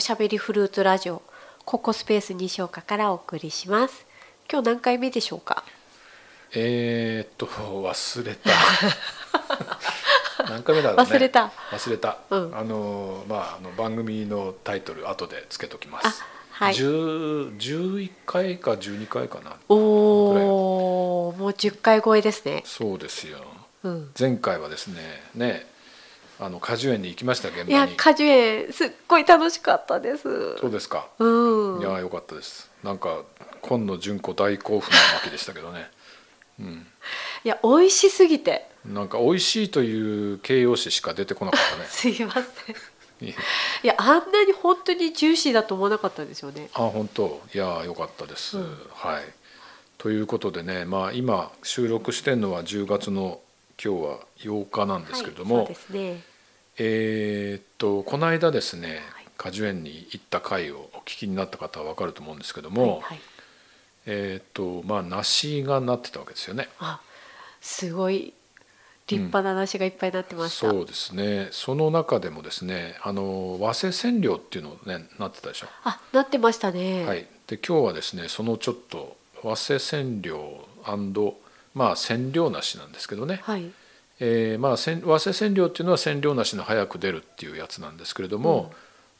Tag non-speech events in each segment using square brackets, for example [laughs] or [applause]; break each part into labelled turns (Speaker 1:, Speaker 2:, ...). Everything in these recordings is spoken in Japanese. Speaker 1: しゃべりフルーツラジオココスペース西岡からお送りします今日何回目でしょうか
Speaker 2: えー、っと忘れ
Speaker 1: [laughs]
Speaker 2: た何回目だろうね
Speaker 1: 忘れた
Speaker 2: 忘れた、
Speaker 1: うん
Speaker 2: あのまああの番組のタイトル後でつけときま
Speaker 1: あ
Speaker 2: す、
Speaker 1: はい
Speaker 2: 10 11回か12回かな
Speaker 1: おおもう10回超えですね
Speaker 2: そうですよ
Speaker 1: うん
Speaker 2: 前回はですねねあの果樹園に行きました現
Speaker 1: い
Speaker 2: 場
Speaker 1: や
Speaker 2: に
Speaker 1: 果樹園すっごい楽しかったです
Speaker 2: そうですか、
Speaker 1: うん
Speaker 2: いやよかったですなんか今野純子大興奮なわけでしたけどねうん
Speaker 1: いや美味しすぎて
Speaker 2: なんか美味しいという形容詞しか出てこなかったね
Speaker 1: すいません
Speaker 2: いえ
Speaker 1: いやあんなに本当にジューシーだと思わなかったんですよね
Speaker 2: あ本当いやよかったです、
Speaker 1: うん
Speaker 2: はいということでねまあ今収録してるのは10月の今日は8日なんですけども、
Speaker 1: はい、そうですね
Speaker 2: えーっとこの間ですね
Speaker 1: はい
Speaker 2: 果樹園に行った回をお聞きになった方は分かると思うんですけど
Speaker 1: は
Speaker 2: も、
Speaker 1: い、はい、
Speaker 2: えーっとまあ梨がなってたわけですよね
Speaker 1: あすごい立派な梨がいっぱいなってました、
Speaker 2: そうですねその中でもですねあの和製染料っていうのねなってたでしょ
Speaker 1: あなってましたね
Speaker 2: はい、で今日はですねそのちょっと和製染料まあ染料なしなんですけどね、
Speaker 1: はい
Speaker 2: えーまあ、染和製染料っていうのは染料なしの早く出るっていうやつなんですけれども、
Speaker 1: うん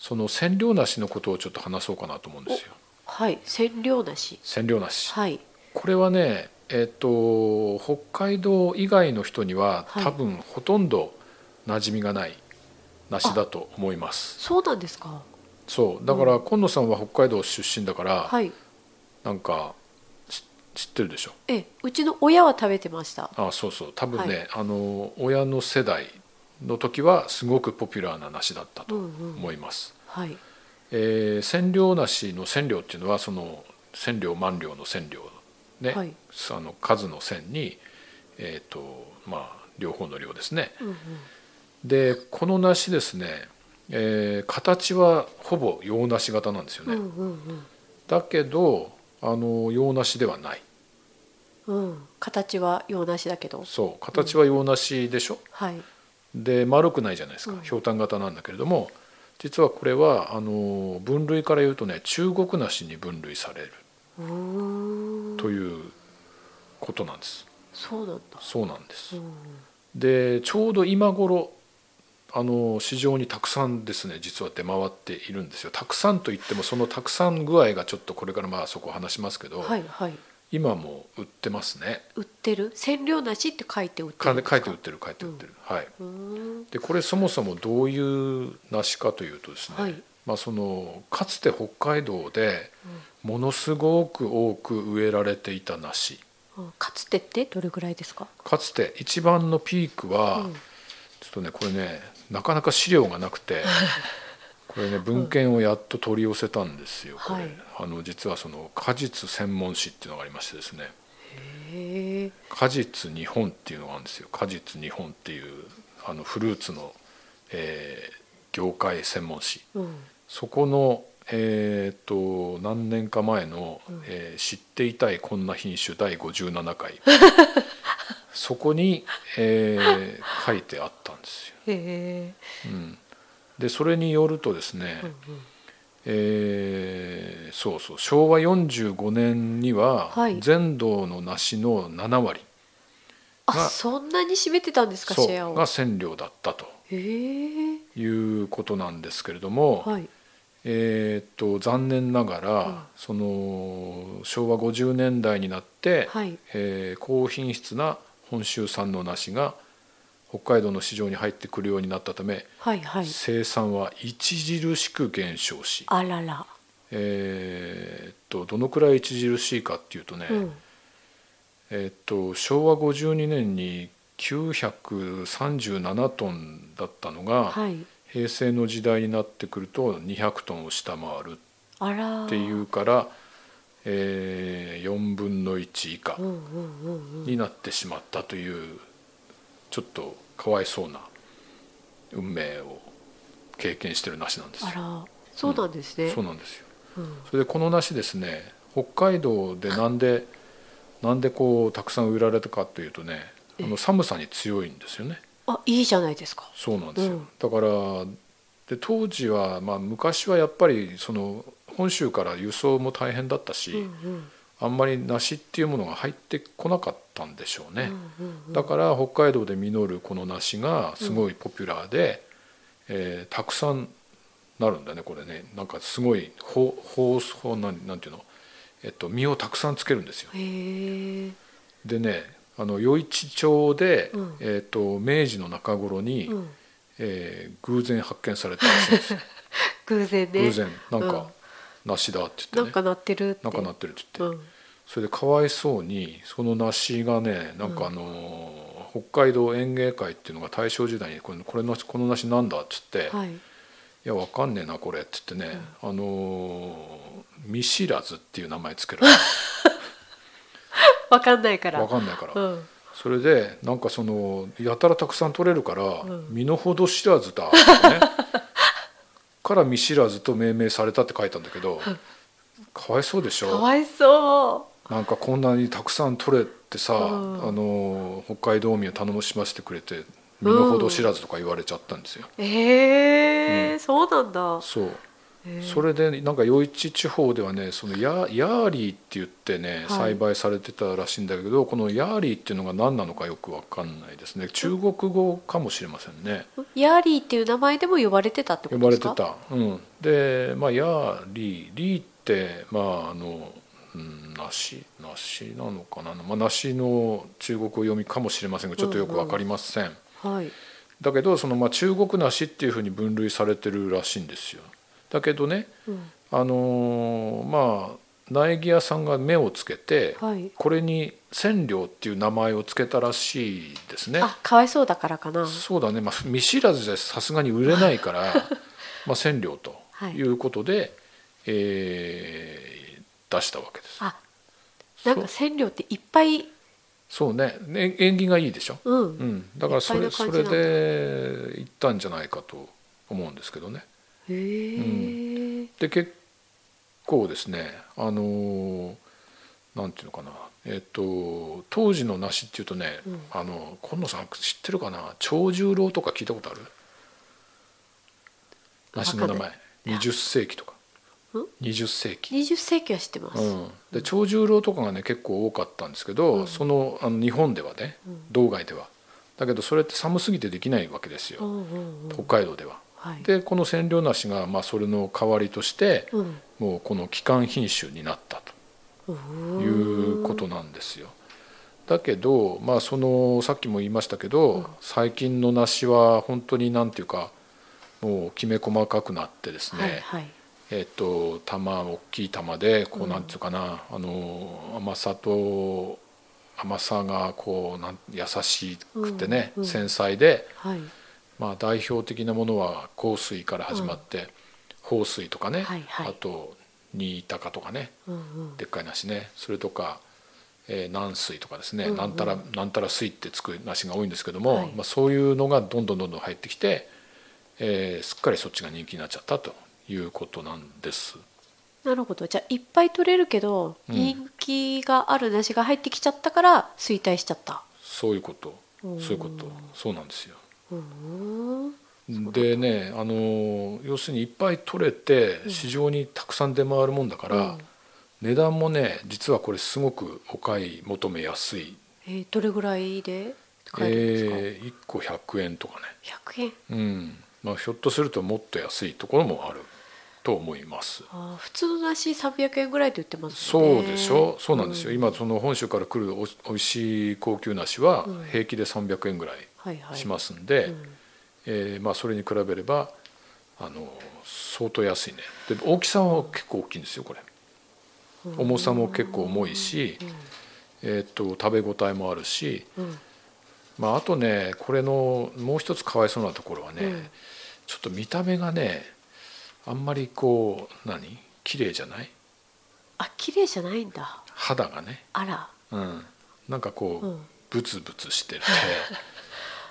Speaker 2: その染料なしのことをちょっと話そうかなと思うんですよ
Speaker 1: はい染料なし
Speaker 2: 染料なし、
Speaker 1: はい
Speaker 2: これはねえっ、と北海道以外の人には
Speaker 1: はい
Speaker 2: 多分ほとんど馴染みがない梨だと思います、
Speaker 1: そうなんですか
Speaker 2: そうだから今野さんは北海道出身だから、
Speaker 1: はい
Speaker 2: なんかし知ってるでしょ
Speaker 1: えうちの親は食べてました
Speaker 2: あそうそう多分ね、
Speaker 1: は
Speaker 2: あの親の世代の時はすごくポピュラーな梨だった
Speaker 1: う
Speaker 2: と
Speaker 1: んうん
Speaker 2: 思います、
Speaker 1: はい
Speaker 2: えー染料梨の染料っていうのはその染料満料の染料ね、
Speaker 1: はい
Speaker 2: あの数の線にえっ、とまあ両方の量ですね
Speaker 1: うんうん
Speaker 2: でこの梨ですね、えー形はほぼ洋梨型なんですよ
Speaker 1: う
Speaker 2: ね、
Speaker 1: んうん
Speaker 2: だけどあの洋梨ではない
Speaker 1: うんうん形は洋梨だけど
Speaker 2: そう形は洋梨でしょ、
Speaker 1: はい
Speaker 2: で丸くないじゃないですか
Speaker 1: うん
Speaker 2: ひょうたん型なんだけれども、実はこれはあの分類から言うとね中国梨に分類される
Speaker 1: うーん
Speaker 2: ということなんです、
Speaker 1: そうなんだ
Speaker 2: そうなんです、
Speaker 1: うん
Speaker 2: でちょうど今頃あの市場にたくさんですね実は出回っているんですよたくさんといってもそのたくさん具合がちょっとこれからまあそこ話しますけど、
Speaker 1: はいはい
Speaker 2: 今も売ってますね
Speaker 1: 売ってる染料なしって書いて売って
Speaker 2: か
Speaker 1: るん
Speaker 2: 書
Speaker 1: です
Speaker 2: い
Speaker 1: か
Speaker 2: て売ってる書いて売ってる、はいう
Speaker 1: ーん
Speaker 2: でこれそもそもどういう梨かというとですね、
Speaker 1: はい
Speaker 2: まあ、そのかつて北海道でものすごく多く植えられていた梨
Speaker 1: うんかつてってどれぐらいですか
Speaker 2: かつて一番のピークは、
Speaker 1: うん
Speaker 2: ちょっとねこれねなかなか資料がな
Speaker 1: [laughs]
Speaker 2: くてこれね文献をやっと取り寄せたんですよ、これ
Speaker 1: はい
Speaker 2: あの実はその果実専門誌っていうのがありましてですね
Speaker 1: へえ
Speaker 2: 果実日本っていうのがあるんですよ果実日本っていうあのフルーツの、えー業界専門誌
Speaker 1: うん
Speaker 2: そこのえーと何年か前の、えー知っていたいこんな品種」第57回
Speaker 1: [laughs]
Speaker 2: そこに、えー書いてあったんですよ。
Speaker 1: へえ
Speaker 2: うん、でそれによるとですね、
Speaker 1: うんうん
Speaker 2: えーそうそう昭和45年には
Speaker 1: はい
Speaker 2: 全道の梨の7割
Speaker 1: あ
Speaker 2: が
Speaker 1: そんなに占めてたんですか
Speaker 2: そ
Speaker 1: シェア
Speaker 2: う
Speaker 1: を
Speaker 2: が染料だったと
Speaker 1: へえ
Speaker 2: いうことなんですけれども。
Speaker 1: はい
Speaker 2: えーっと残念ながら、
Speaker 1: うん
Speaker 2: その昭和50年代になって、
Speaker 1: はい
Speaker 2: えー高品質な本州産の梨が北海道の市場に入ってくるようになったため、
Speaker 1: はいはい
Speaker 2: 生産は著しく減少し、
Speaker 1: あらら
Speaker 2: えーっとどのくらい著しいかっていうとね、
Speaker 1: うん
Speaker 2: えーっと昭和52年に937トンだったのが、
Speaker 1: はい
Speaker 2: 平成の時代になってくると200トンを下回る
Speaker 1: あら
Speaker 2: っていうから、えー4分の1以下
Speaker 1: うんうんうんうん
Speaker 2: になってしまったというちょっとかわいそうな運命を経験してる梨なんですよ
Speaker 1: あらそうなんですね
Speaker 2: そうなんですよ
Speaker 1: うん
Speaker 2: それでこの梨ですね北海道でなんでなんでこうたくさん植えられたかというとねあの寒さに強いんですよね
Speaker 1: あいいじゃないですか
Speaker 2: そうなんですよ、
Speaker 1: うん
Speaker 2: だからで当時は、まあ、昔はやっぱりその本州から輸送も大変だったし、
Speaker 1: うんうん
Speaker 2: あんまり梨っていうものが入ってこなかったんでしょうね
Speaker 1: う、んうん
Speaker 2: だから北海道で実るこの梨がすごいポピュラーで、えーたくさんなるんだねこれねなんかすごいほほほなんなんていうの、えっと、実をたくさんつけるんですよ
Speaker 1: へえ
Speaker 2: でねあの余市町で、
Speaker 1: うん
Speaker 2: えっと明治の中頃に、
Speaker 1: うん
Speaker 2: えー偶然発見されたらしいんです
Speaker 1: [laughs]
Speaker 2: よ
Speaker 1: 偶然ね
Speaker 2: 偶然なん
Speaker 1: う
Speaker 2: か
Speaker 1: ん
Speaker 2: 梨だって言
Speaker 1: な
Speaker 2: っ
Speaker 1: ん
Speaker 2: て
Speaker 1: か
Speaker 2: ね
Speaker 1: 鳴ってるって
Speaker 2: なんかなってるって言って、
Speaker 1: うん
Speaker 2: それでかわいそうにその梨がねなんかあのー、北海道園芸会っていうのが大正時代にこれこれのこの梨なんだっつって、い、
Speaker 1: はい
Speaker 2: やわかんねえなこれっつってね、あのー見知らずっていう名前つけられた
Speaker 1: わかんないから
Speaker 2: わかんないから、
Speaker 1: うん
Speaker 2: それでなんかそのやたらたくさん取れるから、
Speaker 1: ん
Speaker 2: 身の程知らずだって
Speaker 1: [laughs]
Speaker 2: ねから見知らずと命名されたって書いたんだけど、かわいそうでしょ
Speaker 1: かわいそ
Speaker 2: なんかこんなにたくさん取れてさ、
Speaker 1: うん
Speaker 2: あの北海道民を頼しませてくれて身の程知らずとか言われちゃったんですよ。
Speaker 1: うええそうなんだ
Speaker 2: そう
Speaker 1: へえ
Speaker 2: それでなんか余市地方ではねそのヤヤーリーって言ってね
Speaker 1: はい
Speaker 2: 栽培されてたらしいんだけど、このヤーリーっていうのが何なのかよくわかんないですね中国語かもしれませんね
Speaker 1: ヤーリーっていう名前でも呼ばれてたってこと
Speaker 2: 呼ば
Speaker 1: で
Speaker 2: れ
Speaker 1: す
Speaker 2: て
Speaker 1: か
Speaker 2: た、うん、で、まあ、ヤーリーリーってまああの、うん、梨梨なのかな、まあ、梨の中国語読みかもしれませんがちょっとよくわかりません、
Speaker 1: はい
Speaker 2: だけどその、まあ、中国梨っていうふうに分類されてるらしいんですよだけどね
Speaker 1: うん
Speaker 2: あのーまあ苗木屋さんが目をつけて、
Speaker 1: はい
Speaker 2: これに千両っていう名前をつけたらしいですね
Speaker 1: あかわいそうだからかな
Speaker 2: そうだね、まあ、見知らずでさすがに売れないから
Speaker 1: [laughs]
Speaker 2: まあ千両と
Speaker 1: はい
Speaker 2: いうことで、えー出したわけです
Speaker 1: あなんか千両っていっぱい
Speaker 2: そうねね縁起がいいでしょ、
Speaker 1: う
Speaker 2: うんん、だからそ
Speaker 1: い
Speaker 2: れ
Speaker 1: っぱい
Speaker 2: そ
Speaker 1: な感じな
Speaker 2: れ
Speaker 1: んだ
Speaker 2: でいったんじゃないかと思うんですけどね
Speaker 1: へえ
Speaker 2: で結構ですねあのーなんていうのかなえっ、と当時の梨っていうとね、
Speaker 1: うん
Speaker 2: あの今野さん知ってるかな長十郎とか聞いたことある梨の名
Speaker 1: わ
Speaker 2: 前20世紀とか
Speaker 1: ん
Speaker 2: 20世紀、
Speaker 1: 20世紀は知ってます
Speaker 2: うん、で長十郎とかがね結構多かったんですけど、
Speaker 1: うん
Speaker 2: そのあの日本ではね
Speaker 1: うん
Speaker 2: 道外ではだけどそれって寒すぎてできないわけです
Speaker 1: う
Speaker 2: よ、
Speaker 1: んうんうん
Speaker 2: 北海道では。
Speaker 1: はい
Speaker 2: でこの千両梨が、まあ、それの代わりとして、
Speaker 1: うん
Speaker 2: もうこの基幹品種になった
Speaker 1: う
Speaker 2: と
Speaker 1: ん
Speaker 2: いうことなんですよ。だけど、まあ、そのさっきも言いましたけど、最近の梨は本当になんていうかもうきめ細かくなってですね、
Speaker 1: はいはい
Speaker 2: えっと玉大きい玉でこ
Speaker 1: う
Speaker 2: うんなんていうかな、あの甘さと甘さがこうなん優しくてね、
Speaker 1: うんうん
Speaker 2: 繊細で、
Speaker 1: はい
Speaker 2: まあ、代表的なものは香水から始まって、豊水とかね、
Speaker 1: はいはい
Speaker 2: あと新高とかね
Speaker 1: うんうん
Speaker 2: でっかい梨ねそれとか、えー軟水とかですね、
Speaker 1: うんうん
Speaker 2: なんたらなんたら水ってつく梨が多いんですけども、
Speaker 1: はい
Speaker 2: まあ、そういうのがどんどんどんどん入ってきて、えーすっかりそっちが人気になっちゃったということなんです。
Speaker 1: なるほどじゃあいっぱい取れるけど、
Speaker 2: うん
Speaker 1: 人気がある梨が入ってきちゃったから衰退しちゃった
Speaker 2: そういうこと
Speaker 1: う
Speaker 2: そ
Speaker 1: ん
Speaker 2: ういうことそうなんですよ。
Speaker 1: うーん
Speaker 2: でねあの要するにいっぱい取れて市場にたくさん出回るもんだから、
Speaker 1: うん
Speaker 2: 値段もね実はこれすごくお買い求めやすい
Speaker 1: えーどれぐらいで買えるんですか、
Speaker 2: えー1個100円とかね、
Speaker 1: 100円
Speaker 2: うんまあ、ひょっとするともっと安いところもあると思います。
Speaker 1: あー普通の梨300円ぐらいで売ってますもんね
Speaker 2: そうでしょ、そうなんですよ、
Speaker 1: う
Speaker 2: 今その本州から来るおおいしい高級梨は
Speaker 1: うん
Speaker 2: 平気で300円ぐらい
Speaker 1: はいはい
Speaker 2: しますんで、
Speaker 1: うん
Speaker 2: えーまあ、それに比べればあの相当安いねで大きさは結構大きいんですよこれ
Speaker 1: うん
Speaker 2: 重さも結構重いし、えー、と食べ応えもあるし、
Speaker 1: うん
Speaker 2: まあ、あとねこれのもう一つかわいそうなところはね、
Speaker 1: うん
Speaker 2: ちょっと見た目がねあんまりこう何綺麗じゃない
Speaker 1: あ綺麗じゃないんだ
Speaker 2: 肌がね、
Speaker 1: あら
Speaker 2: うん、なんかこう、
Speaker 1: うん
Speaker 2: ブツブ
Speaker 1: [laughs]
Speaker 2: ツしてて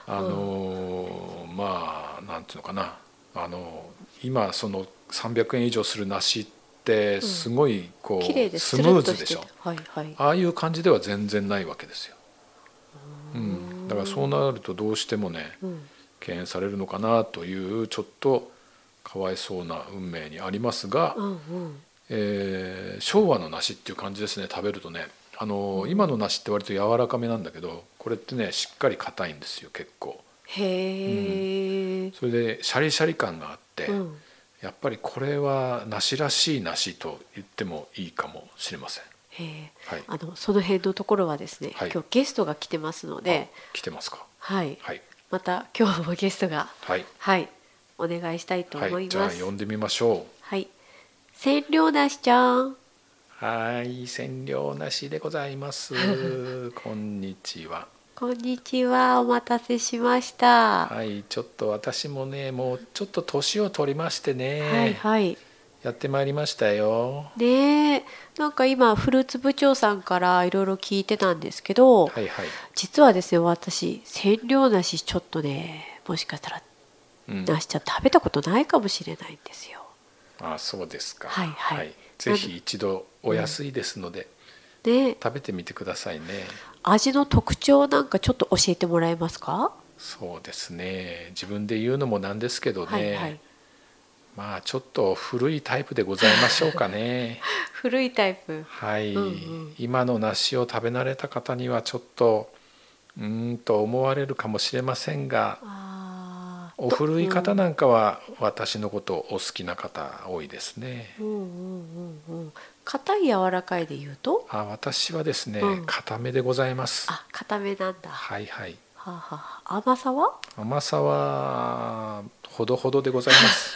Speaker 2: あのーまあなんていうのかなあの今その300円以上する梨ってすごいこ
Speaker 1: 綺
Speaker 2: う、
Speaker 1: 麗です
Speaker 2: スムーズでし
Speaker 1: つ
Speaker 2: ょ
Speaker 1: るっとててはいはい
Speaker 2: ああいう感じでは全然ないわけですよ、うん、だからそうなるとどうしてもね
Speaker 1: うん
Speaker 2: 敬遠されるのかなというちょっとかわいそうな運命にありますが、
Speaker 1: うんうん
Speaker 2: えー昭和の梨っていう感じですね食べるとねあのー今の梨って割と柔らかめなんだけどこれってねしっかり硬いんですよ結構
Speaker 1: へえ、
Speaker 2: それでシャリシャリ感があって、
Speaker 1: うん、
Speaker 2: やっぱりこれは梨らしい梨と言ってもいいかもしれません
Speaker 1: へえ
Speaker 2: はい
Speaker 1: あのその辺のところはですね、
Speaker 2: はい
Speaker 1: 今日ゲストが来てますので、
Speaker 2: あ来てますか
Speaker 1: はい、
Speaker 2: はい
Speaker 1: また今日もゲストが
Speaker 2: はい、
Speaker 1: はいお願いしたいと思
Speaker 2: はいい、じゃ
Speaker 1: ま
Speaker 2: あ
Speaker 1: す。
Speaker 2: 呼んでみましょう
Speaker 1: はい、千両なしちゃん、
Speaker 2: はい、占領なしでござい
Speaker 1: [laughs]
Speaker 2: ます。こんにちは。
Speaker 1: こんにちは、お待たせしました。は
Speaker 2: はい、ちょっと私もね、もうちょっと年を取りましてね、
Speaker 1: いはい。
Speaker 2: やってまいりましたよ。
Speaker 1: ねえ、なんか今フルーツ部長さんからいろいろ聞いてたんですけど、
Speaker 2: はいはい。
Speaker 1: 実はですね、私千両なしちょっとね、もしかしたら
Speaker 2: うん、
Speaker 1: なしちゃん食べたことないかもしれないんですよ。
Speaker 2: あ、そうですか。
Speaker 1: はいはい
Speaker 2: ぜひ一度お安いですので、
Speaker 1: ねえ、
Speaker 2: 食べてみてくださいね。
Speaker 1: 味の特徴なんかちょっと教えてもらえますか？
Speaker 2: そうですね。自分で言うのもなんですけどね、
Speaker 1: はいはい。
Speaker 2: まあちょっと古いタイプでございましょうか
Speaker 1: [laughs]
Speaker 2: ね。
Speaker 1: 古いタイプ。
Speaker 2: はい、
Speaker 1: うんうん
Speaker 2: 今の梨を食べ慣れた方にはちょっとうーんと思われるかもしれませんが
Speaker 1: ああ。
Speaker 2: お古い方
Speaker 1: な。
Speaker 2: なんかは私のことお好きな方多いですね。
Speaker 1: うんうんうんうん。硬い柔らかいで言うと、
Speaker 2: あ私はですね
Speaker 1: うん
Speaker 2: 固めでございます。
Speaker 1: あ、硬めなんだ。は
Speaker 2: はいはい
Speaker 1: あ、はあ、甘さは？
Speaker 2: 甘さはほどほどでございます。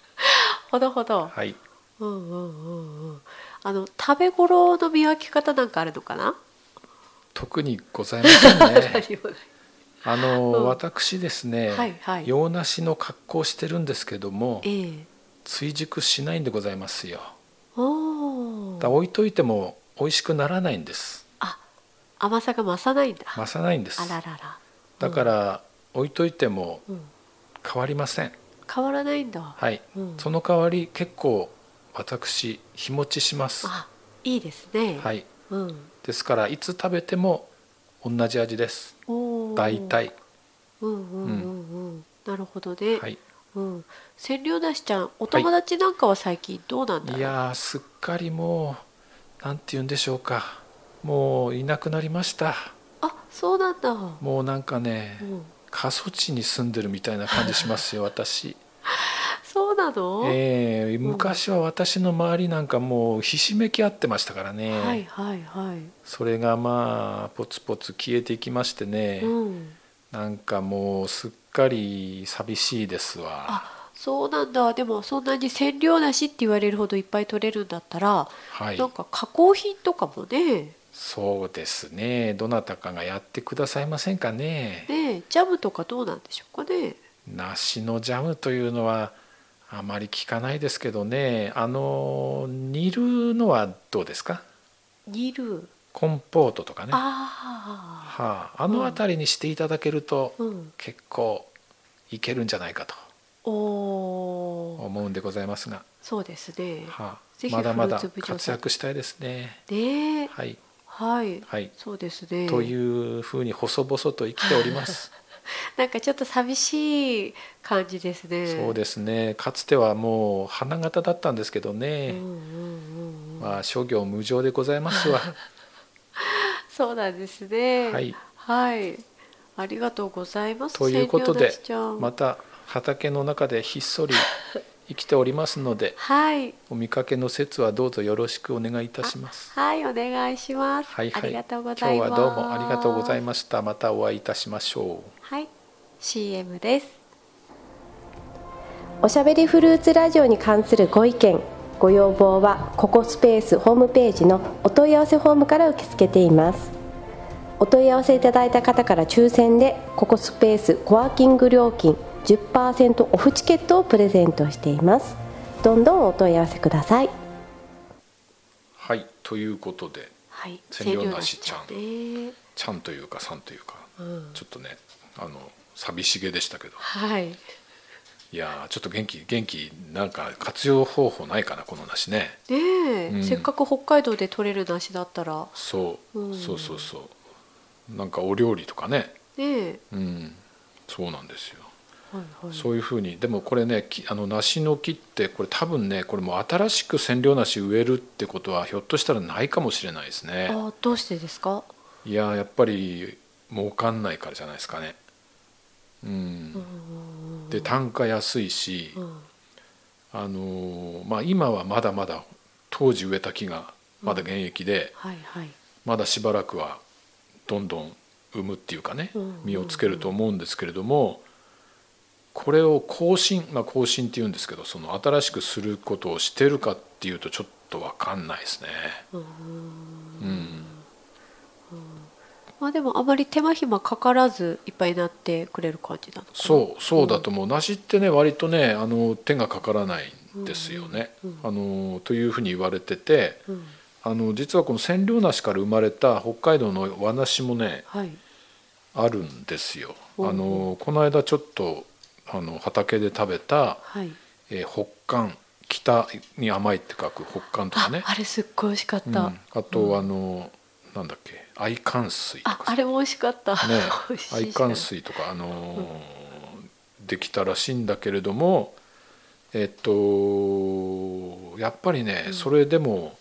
Speaker 1: [laughs] ほどほど。
Speaker 2: はい
Speaker 1: うんうんうんうん。あの食べ頃の見分け方なんかあるのかな？
Speaker 2: 特にございま
Speaker 1: [laughs]
Speaker 2: せん
Speaker 1: 何
Speaker 2: ね。
Speaker 1: もない
Speaker 2: あの、
Speaker 1: うん
Speaker 2: 私ですね、
Speaker 1: はいはい
Speaker 2: 洋梨の格好をしてるんですけども
Speaker 1: ええ
Speaker 2: 追熟しないんでございますよ。
Speaker 1: お
Speaker 2: だから
Speaker 1: お。
Speaker 2: 置いといても美味しくならないんです
Speaker 1: あ、甘さが増さないんだ。
Speaker 2: 増さないんです
Speaker 1: あららら。
Speaker 2: だから置いといても
Speaker 1: うん。
Speaker 2: 変わりません
Speaker 1: 変わらないんだ。
Speaker 2: はい、
Speaker 1: うん
Speaker 2: その代わり結構私日持ちしますは
Speaker 1: あ、いいですね。
Speaker 2: い
Speaker 1: うん。
Speaker 2: ですからいつ食べても同じ味です
Speaker 1: おお。
Speaker 2: 大。体
Speaker 1: うんうんうんうん。なるほどね。
Speaker 2: はい
Speaker 1: うん。千両だしちゃん、お友達なんかは最近どうなんだろ。
Speaker 2: いうやーすっかりもうなんて言うんでしょうかもういなくなりました
Speaker 1: あ、そうなんだ。う
Speaker 2: もうなんかね
Speaker 1: ん。
Speaker 2: 過疎地に住んでるみたいな感じしま
Speaker 1: [laughs]
Speaker 2: すよ私
Speaker 1: そうなの。
Speaker 2: ええ
Speaker 1: ん
Speaker 2: 昔は私の周りなんかもうひしめき合ってましたからね、
Speaker 1: はいはいはい。
Speaker 2: それがまあポツポツ消えていきましてね、
Speaker 1: うん。
Speaker 2: なんかもうすっかり寂しいですわ
Speaker 1: あ、そうなんだ。でもそんなに千両だしって言われるほどいっぱい取れるんだったら、
Speaker 2: はい
Speaker 1: なんか加工品とかもね、
Speaker 2: そうですねどなたかがやってくださいませんかね
Speaker 1: ね、ジャムとかどうなんでしょうかね。
Speaker 2: 梨のジャムというのはあまり聞かないですけどねあの煮るのはどうですか
Speaker 1: 煮る。
Speaker 2: コンポートとかね
Speaker 1: あ
Speaker 2: はあ、あの辺りにしていただけると、
Speaker 1: あ。うん。
Speaker 2: 結構いけるんじゃないかと
Speaker 1: おお。
Speaker 2: 思うんでございますが、
Speaker 1: そうですね。
Speaker 2: はあ
Speaker 1: ぜ、ひ
Speaker 2: まだまだ
Speaker 1: フルーツ部長さん
Speaker 2: 活躍したいですね。
Speaker 1: ねえ、
Speaker 2: はい、
Speaker 1: はい、
Speaker 2: はい、
Speaker 1: そうですね。
Speaker 2: というふうに細々と生きており
Speaker 1: [laughs]
Speaker 2: ます。
Speaker 1: なんかちょっと寂しい感じですね。
Speaker 2: そうですねかつてはもう花形だったんですけど
Speaker 1: うん
Speaker 2: ね
Speaker 1: う、んうんうん。
Speaker 2: まあ諸行無常でございま
Speaker 1: [laughs]
Speaker 2: すわ
Speaker 1: そうなんですね。
Speaker 2: はい、
Speaker 1: はい、ありがとうございます。
Speaker 2: ということ
Speaker 1: 千両
Speaker 2: で
Speaker 1: なしちゃん
Speaker 2: また畑の中でひ
Speaker 1: [laughs]
Speaker 2: っそり生きておりますので
Speaker 1: はい、
Speaker 2: お見かけの説はどうぞよろしくお願いいたします。
Speaker 1: はい、お願いします。
Speaker 2: はいはい、
Speaker 1: ありがとうご
Speaker 2: 今日
Speaker 1: ざいます。
Speaker 2: はどうもありがとうござい
Speaker 1: ま
Speaker 2: ました。またお会いいたしましょう。
Speaker 1: す。はい、CM です。
Speaker 3: おしゃべりフルーツラジオに関するご意見ご要望はここスペースホームページのお問い合わせフォームから受け付けていますお問い合わせいただいた方から抽選でここスペースコワーキング料金10%オフチケットをプレゼントしていますどんどんお問い合わせください
Speaker 2: はい、ということで、
Speaker 1: はい、
Speaker 2: 千両なしちゃん
Speaker 1: 千両なし
Speaker 2: ちゃんというかさんというか、
Speaker 1: ちゃんね。うん、
Speaker 2: ちょっとね、あの寂しげでしたけど、
Speaker 1: はい。
Speaker 2: いやーちょっと元気元気なんか活用方法ないかなこの梨ね。
Speaker 1: ねえ、
Speaker 2: うん
Speaker 1: せっかく北海道で取れる梨だったら
Speaker 2: そう、
Speaker 1: うん
Speaker 2: そうそうそう。なんかお料理とかね、
Speaker 1: ねえ
Speaker 2: うん、そうなんですよ。
Speaker 1: はいはい
Speaker 2: そういうふうにでもこれねきあの梨の木ってこれ多分ねこれもう新しく千両梨植えるってことはひょっとしたらないかもしれないですね
Speaker 1: あーどうしてですか
Speaker 2: いやーやっぱり儲かんないからじゃないですかねうんで単価安いし、
Speaker 1: うん
Speaker 2: あのーまあ、今はまだまだ当時植えた木がまだ現役で、
Speaker 1: はいはい
Speaker 2: まだしばらくはどんどん産むっていうかね
Speaker 1: うん
Speaker 2: 実をつけると思うんですけれどもこれを更新まあ更新っていうんですけどその新しくすることをしてるかっていうとちょっと分かんないですね。うん
Speaker 1: まあでもあまり手間暇かからずいっぱいなってくれる感じなのかな
Speaker 2: そうそうだと思う梨ってね割とねあの手がかからないんですよね。あのというふうに言われてて
Speaker 1: うん
Speaker 2: あの実はこの千両梨から生まれた北海道の和梨もね
Speaker 1: はい
Speaker 2: あるんですよ。あ
Speaker 1: おう
Speaker 2: のこの間ちょっとあの畑で食べた、
Speaker 1: はい
Speaker 2: えー北韓北に甘いって書く北韓とか
Speaker 1: あ,、
Speaker 2: ね。
Speaker 1: あれすっごい美味しかっ
Speaker 2: うん、
Speaker 1: た、
Speaker 2: あとあの、なんだっけ愛寒水と
Speaker 1: あ
Speaker 2: か
Speaker 1: あれも美味しかった、
Speaker 2: ね
Speaker 1: [laughs] 美味しい
Speaker 2: 愛寒水とかあのーできたらしいんだけれどもえっとやっぱりね、それでも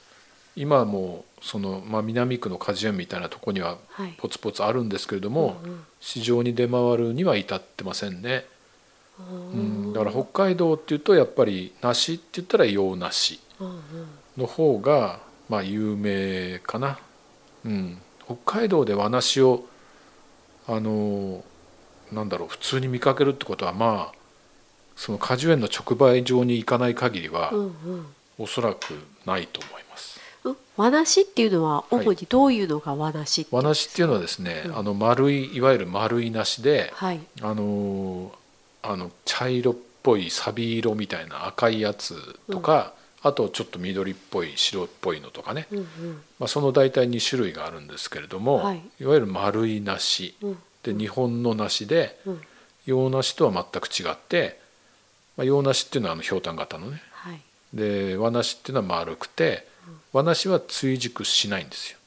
Speaker 2: 今もその、まあ、南区の果樹園みたいなとこには
Speaker 1: はい
Speaker 2: ポツポツあるんですけれども、
Speaker 1: うんうん
Speaker 2: 市場に出回るには至ってませんね、うんだから北海道っていうとやっぱり梨って言ったら洋梨
Speaker 1: うんうん
Speaker 2: の方がまあ有名かな、うん、北海道で和梨をあのなんだろう普通に見かけるってことはまあその果樹園の直売場に行かない限りは、
Speaker 1: うんうん
Speaker 2: おそらくないと思います。
Speaker 1: うん和梨っていうのは主にどういうのが和梨って、
Speaker 2: 和梨っていうのはですね、
Speaker 1: うん
Speaker 2: あの丸いいわゆる丸い梨で、
Speaker 1: はい
Speaker 2: あのあの茶色っぽいサビ色みたいな赤いやつとか、あとちょっと緑っぽい白っぽいのとかね、
Speaker 1: うんうん
Speaker 2: まあ、その大体2種類があるんですけれども、
Speaker 1: はい
Speaker 2: い、わゆる丸い梨
Speaker 1: うん
Speaker 2: で日本の梨で
Speaker 1: うん
Speaker 2: 洋梨とは全く違って、まあ、洋梨っていうのはあのひょうたん型のね
Speaker 1: はい
Speaker 2: で和梨っていうのは丸くて和梨は追熟しないんですよ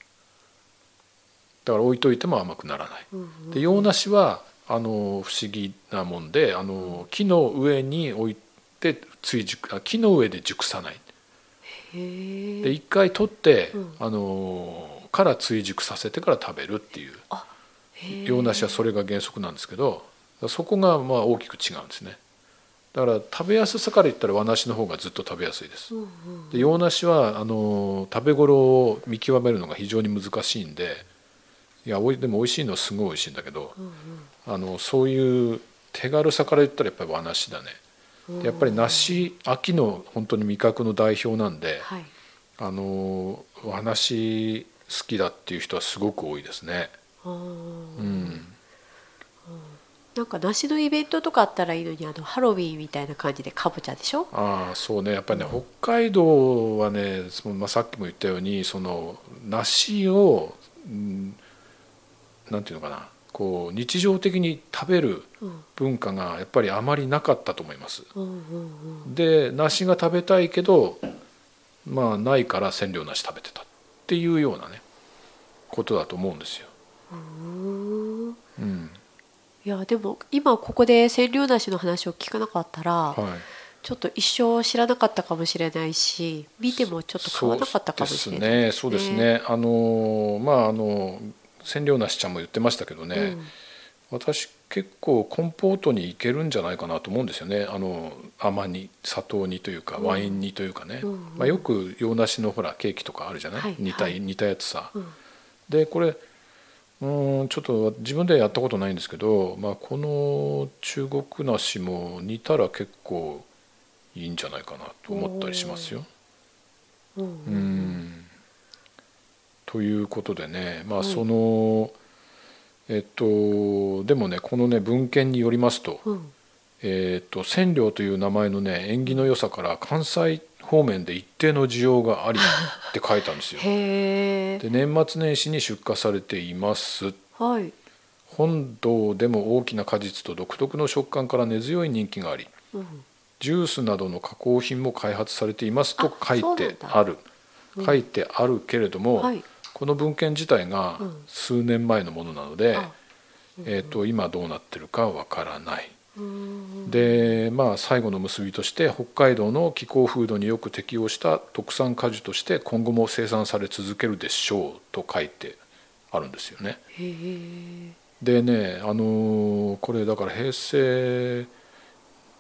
Speaker 2: だから置いといても甘くならない、
Speaker 1: うんうん
Speaker 2: で洋梨はあの不思議なもんであの木の上に置いて追熟あ木の上で熟さない
Speaker 1: へ
Speaker 2: で
Speaker 1: え
Speaker 2: 一回取って、
Speaker 1: うん
Speaker 2: あのーから追熟させてから食べるっていう洋梨はそれが原則なんですけどそこがまあ大きく違うんですねだから食べやすさから言ったら和梨の方がずっと食べやすいです、
Speaker 1: うんうん
Speaker 2: で洋梨はあのー食べ頃を見極めるのが非常に難しいんでいやおいでも美味しいのはすごい美味しいんだけど、あのそういう手軽さから言ったらやっぱり和梨だねでやっぱり梨秋の本当に味覚の代表なんで、
Speaker 1: はい
Speaker 2: あのお話好きだっていう人はすごく多いですね。
Speaker 1: あー
Speaker 2: うん、
Speaker 1: なんか梨のイベントとかあったらいいのにあのハロウィンみたいな感じでかぼちゃでしょ
Speaker 2: ああそうねやっぱりね北海道はねその、まあ、さっきも言ったようにその梨を、うん、なんていうのかなこう日常的に食べる
Speaker 1: うん
Speaker 2: 文化がやっぱりあまりなかったと思います。
Speaker 1: うんうん
Speaker 2: で梨が食べたいけどまあないから千両梨食べてたっていうようなねことだと思うんですよ。
Speaker 1: うんうーん
Speaker 2: うん
Speaker 1: いやでも今ここで千両梨の話を聞かなかったら、
Speaker 2: はい
Speaker 1: ちょっと一生知らなかったかもしれないし見てもちょっと買わなかったかもしれない
Speaker 2: そうですね。そうですね。あのーまああの千両なしちゃんも言ってましたけどね、
Speaker 1: うん
Speaker 2: 私結構コンポートにいけるんじゃないかなと思うんですよね。あの甘煮、砂糖煮というか、ワイン煮というかね。
Speaker 1: うんうん
Speaker 2: まあよく洋梨のほらケーキとかあるじゃない。
Speaker 1: はい
Speaker 2: 煮た
Speaker 1: はい
Speaker 2: 煮たやつさ。
Speaker 1: うん
Speaker 2: でこれうーんちょっと自分ではやったことないんですけど、まあ、この中国梨も煮たら結構いいんじゃないかなと思ったりしますよ。
Speaker 1: う
Speaker 2: うんんということでねま
Speaker 1: は
Speaker 2: あ
Speaker 1: い
Speaker 2: その、えっとでもねこのね文献によりますと,、
Speaker 1: うん
Speaker 2: えっと千両という名前のね縁起の良さから関西方面で一定の需要がありって書いたん
Speaker 1: [laughs]
Speaker 2: ですよ。
Speaker 1: へえ
Speaker 2: で年末年始に出荷されています
Speaker 1: はい
Speaker 2: 本堂でも大きな果実と独特の食感から根強い人気があり
Speaker 1: うん
Speaker 2: ジュースなどの加工品も開発されていますと
Speaker 1: あ
Speaker 2: 書いてある
Speaker 1: うん
Speaker 2: 書いてあるけれども、
Speaker 1: はい
Speaker 2: この文献自体が
Speaker 1: うん
Speaker 2: 数年前のものなので、
Speaker 1: あ
Speaker 2: えー、と今どうなってるかわからない、
Speaker 1: う
Speaker 2: でまあ最後の結びとして北海道の気候風土によく適応した特産果樹として今後も生産され続けるでしょうと書いてあるんですよね。
Speaker 1: へえ
Speaker 2: でね、あのーこれだから平成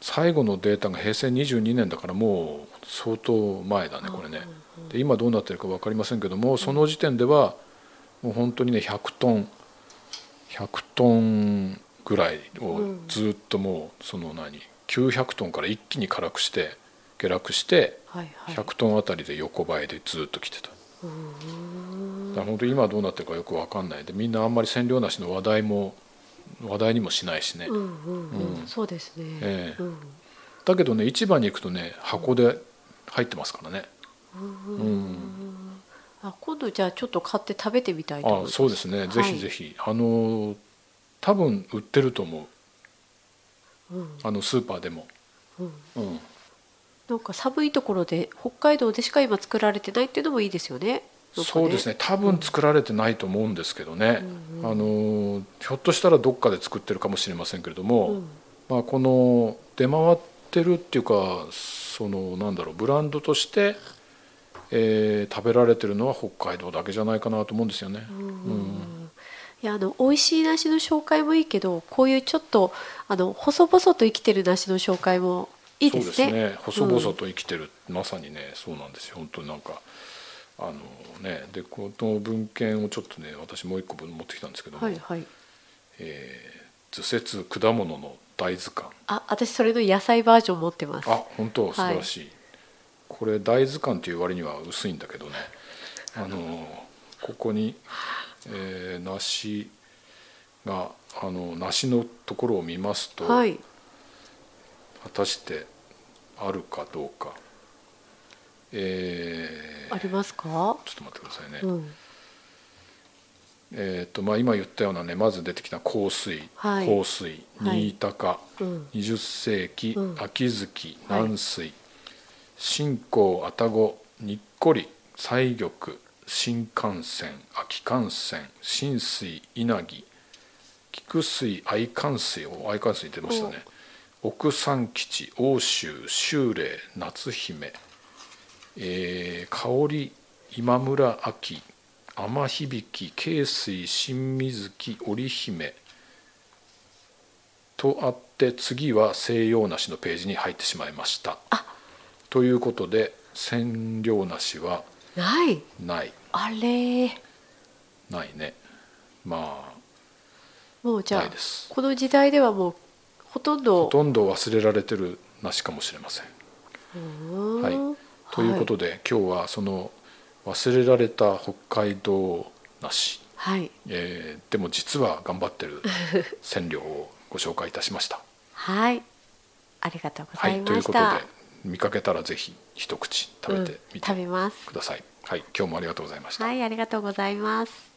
Speaker 2: 最後のデータが平成22年だからもう相当前だねこれね。で今どうなってるか分かりませんけどもその時点ではもう本当にね100トン100トンぐらいをずっともうその何900トンから一気に辛くして下落して
Speaker 1: はいはい
Speaker 2: 100トンあたりで横ばいでずっと来てた。だから本当に今どうなってるかよく分かんないでみんなあんまり占領なしの話題も話題にもしないしね、
Speaker 1: うんうんうん、
Speaker 2: うん
Speaker 1: そうですね、
Speaker 2: ええ
Speaker 1: うん、
Speaker 2: だけどね市場に行くとね箱で入ってますからね、うん
Speaker 1: あ今度じゃあちょっと買って食べてみたいと思い
Speaker 2: あ
Speaker 1: ます
Speaker 2: そうですね、ぜひぜひあの多分売ってると思う
Speaker 1: ひ、うん
Speaker 2: あのスーパーでも、
Speaker 1: うん、
Speaker 2: うん、
Speaker 1: なんか寒いところで北海道でしか今作られてないっていうのもいいですよねなんか
Speaker 2: そうですね多分作られてないと思うんですけどね、あのひょっとしたらどっかで作ってるかもしれませんけれども、
Speaker 1: うん
Speaker 2: まあ、この出回ってるっていうかそのなんだろうブランドとして、えー食べられてるのは北海道だけじゃないかなと思うんですよね。
Speaker 1: うんいやあの美味しい梨の紹介もいいけどこういうちょっとあの細々と生きてる梨の紹介もいいですね。
Speaker 2: そうですね細々と生きてる、まさにねそうなんですよ本当になんかあのねでこの文献をちょっとね私もう一個分持ってきたんですけども
Speaker 1: はいはい。
Speaker 2: えー図説果物の大図鑑」
Speaker 1: あ私それの野菜バージョン持ってます。
Speaker 2: あ本当素晴らしい、これ大図鑑っていう割には薄いんだけどねあのここに、えー梨があの梨のところを見ますと、
Speaker 1: はい。
Speaker 2: 果たしてあるかどうかえー
Speaker 1: ありますか？
Speaker 2: ちょっと待ってくださいね、
Speaker 1: うん。
Speaker 2: えーとまあ、今言ったようなねまず出てきた香水、
Speaker 1: はい
Speaker 2: 香水
Speaker 1: はい
Speaker 2: 新高、
Speaker 1: うん
Speaker 2: 20世紀、
Speaker 1: うん
Speaker 2: 秋月
Speaker 1: はい
Speaker 2: 南水、新港愛宕にっこり西玉新幹線秋幹線新水稲城菊水愛幹水を愛幹水出ましたね奥三吉奥州秋麗夏姫、えー香り今村秋天響慶水新水木織姫とあって次は西洋梨のページに入ってしまいました
Speaker 1: あ
Speaker 2: ということで千両梨は
Speaker 1: ない。
Speaker 2: ない
Speaker 1: あれ。
Speaker 2: ないねまあ
Speaker 1: もうじゃ
Speaker 2: な
Speaker 1: あ
Speaker 2: いです
Speaker 1: この時代ではもうほとんど。
Speaker 2: ほとんど忘れられてる梨かもしれません
Speaker 1: うん
Speaker 2: はいということで、今日はその忘れられた北海道梨、
Speaker 1: はい。
Speaker 2: えーでも実は頑張ってる千両をご紹介いたし
Speaker 1: [laughs]
Speaker 2: ました
Speaker 1: はい。ありがとうござ
Speaker 2: はいいと
Speaker 1: ま
Speaker 2: いう
Speaker 1: し
Speaker 2: こと
Speaker 1: た。
Speaker 2: で見かけたらぜひ一口食べてみ
Speaker 1: うん
Speaker 2: て
Speaker 1: 食べます。
Speaker 2: ください、はい今日もありがとうございました
Speaker 1: はい、ありがとうございます。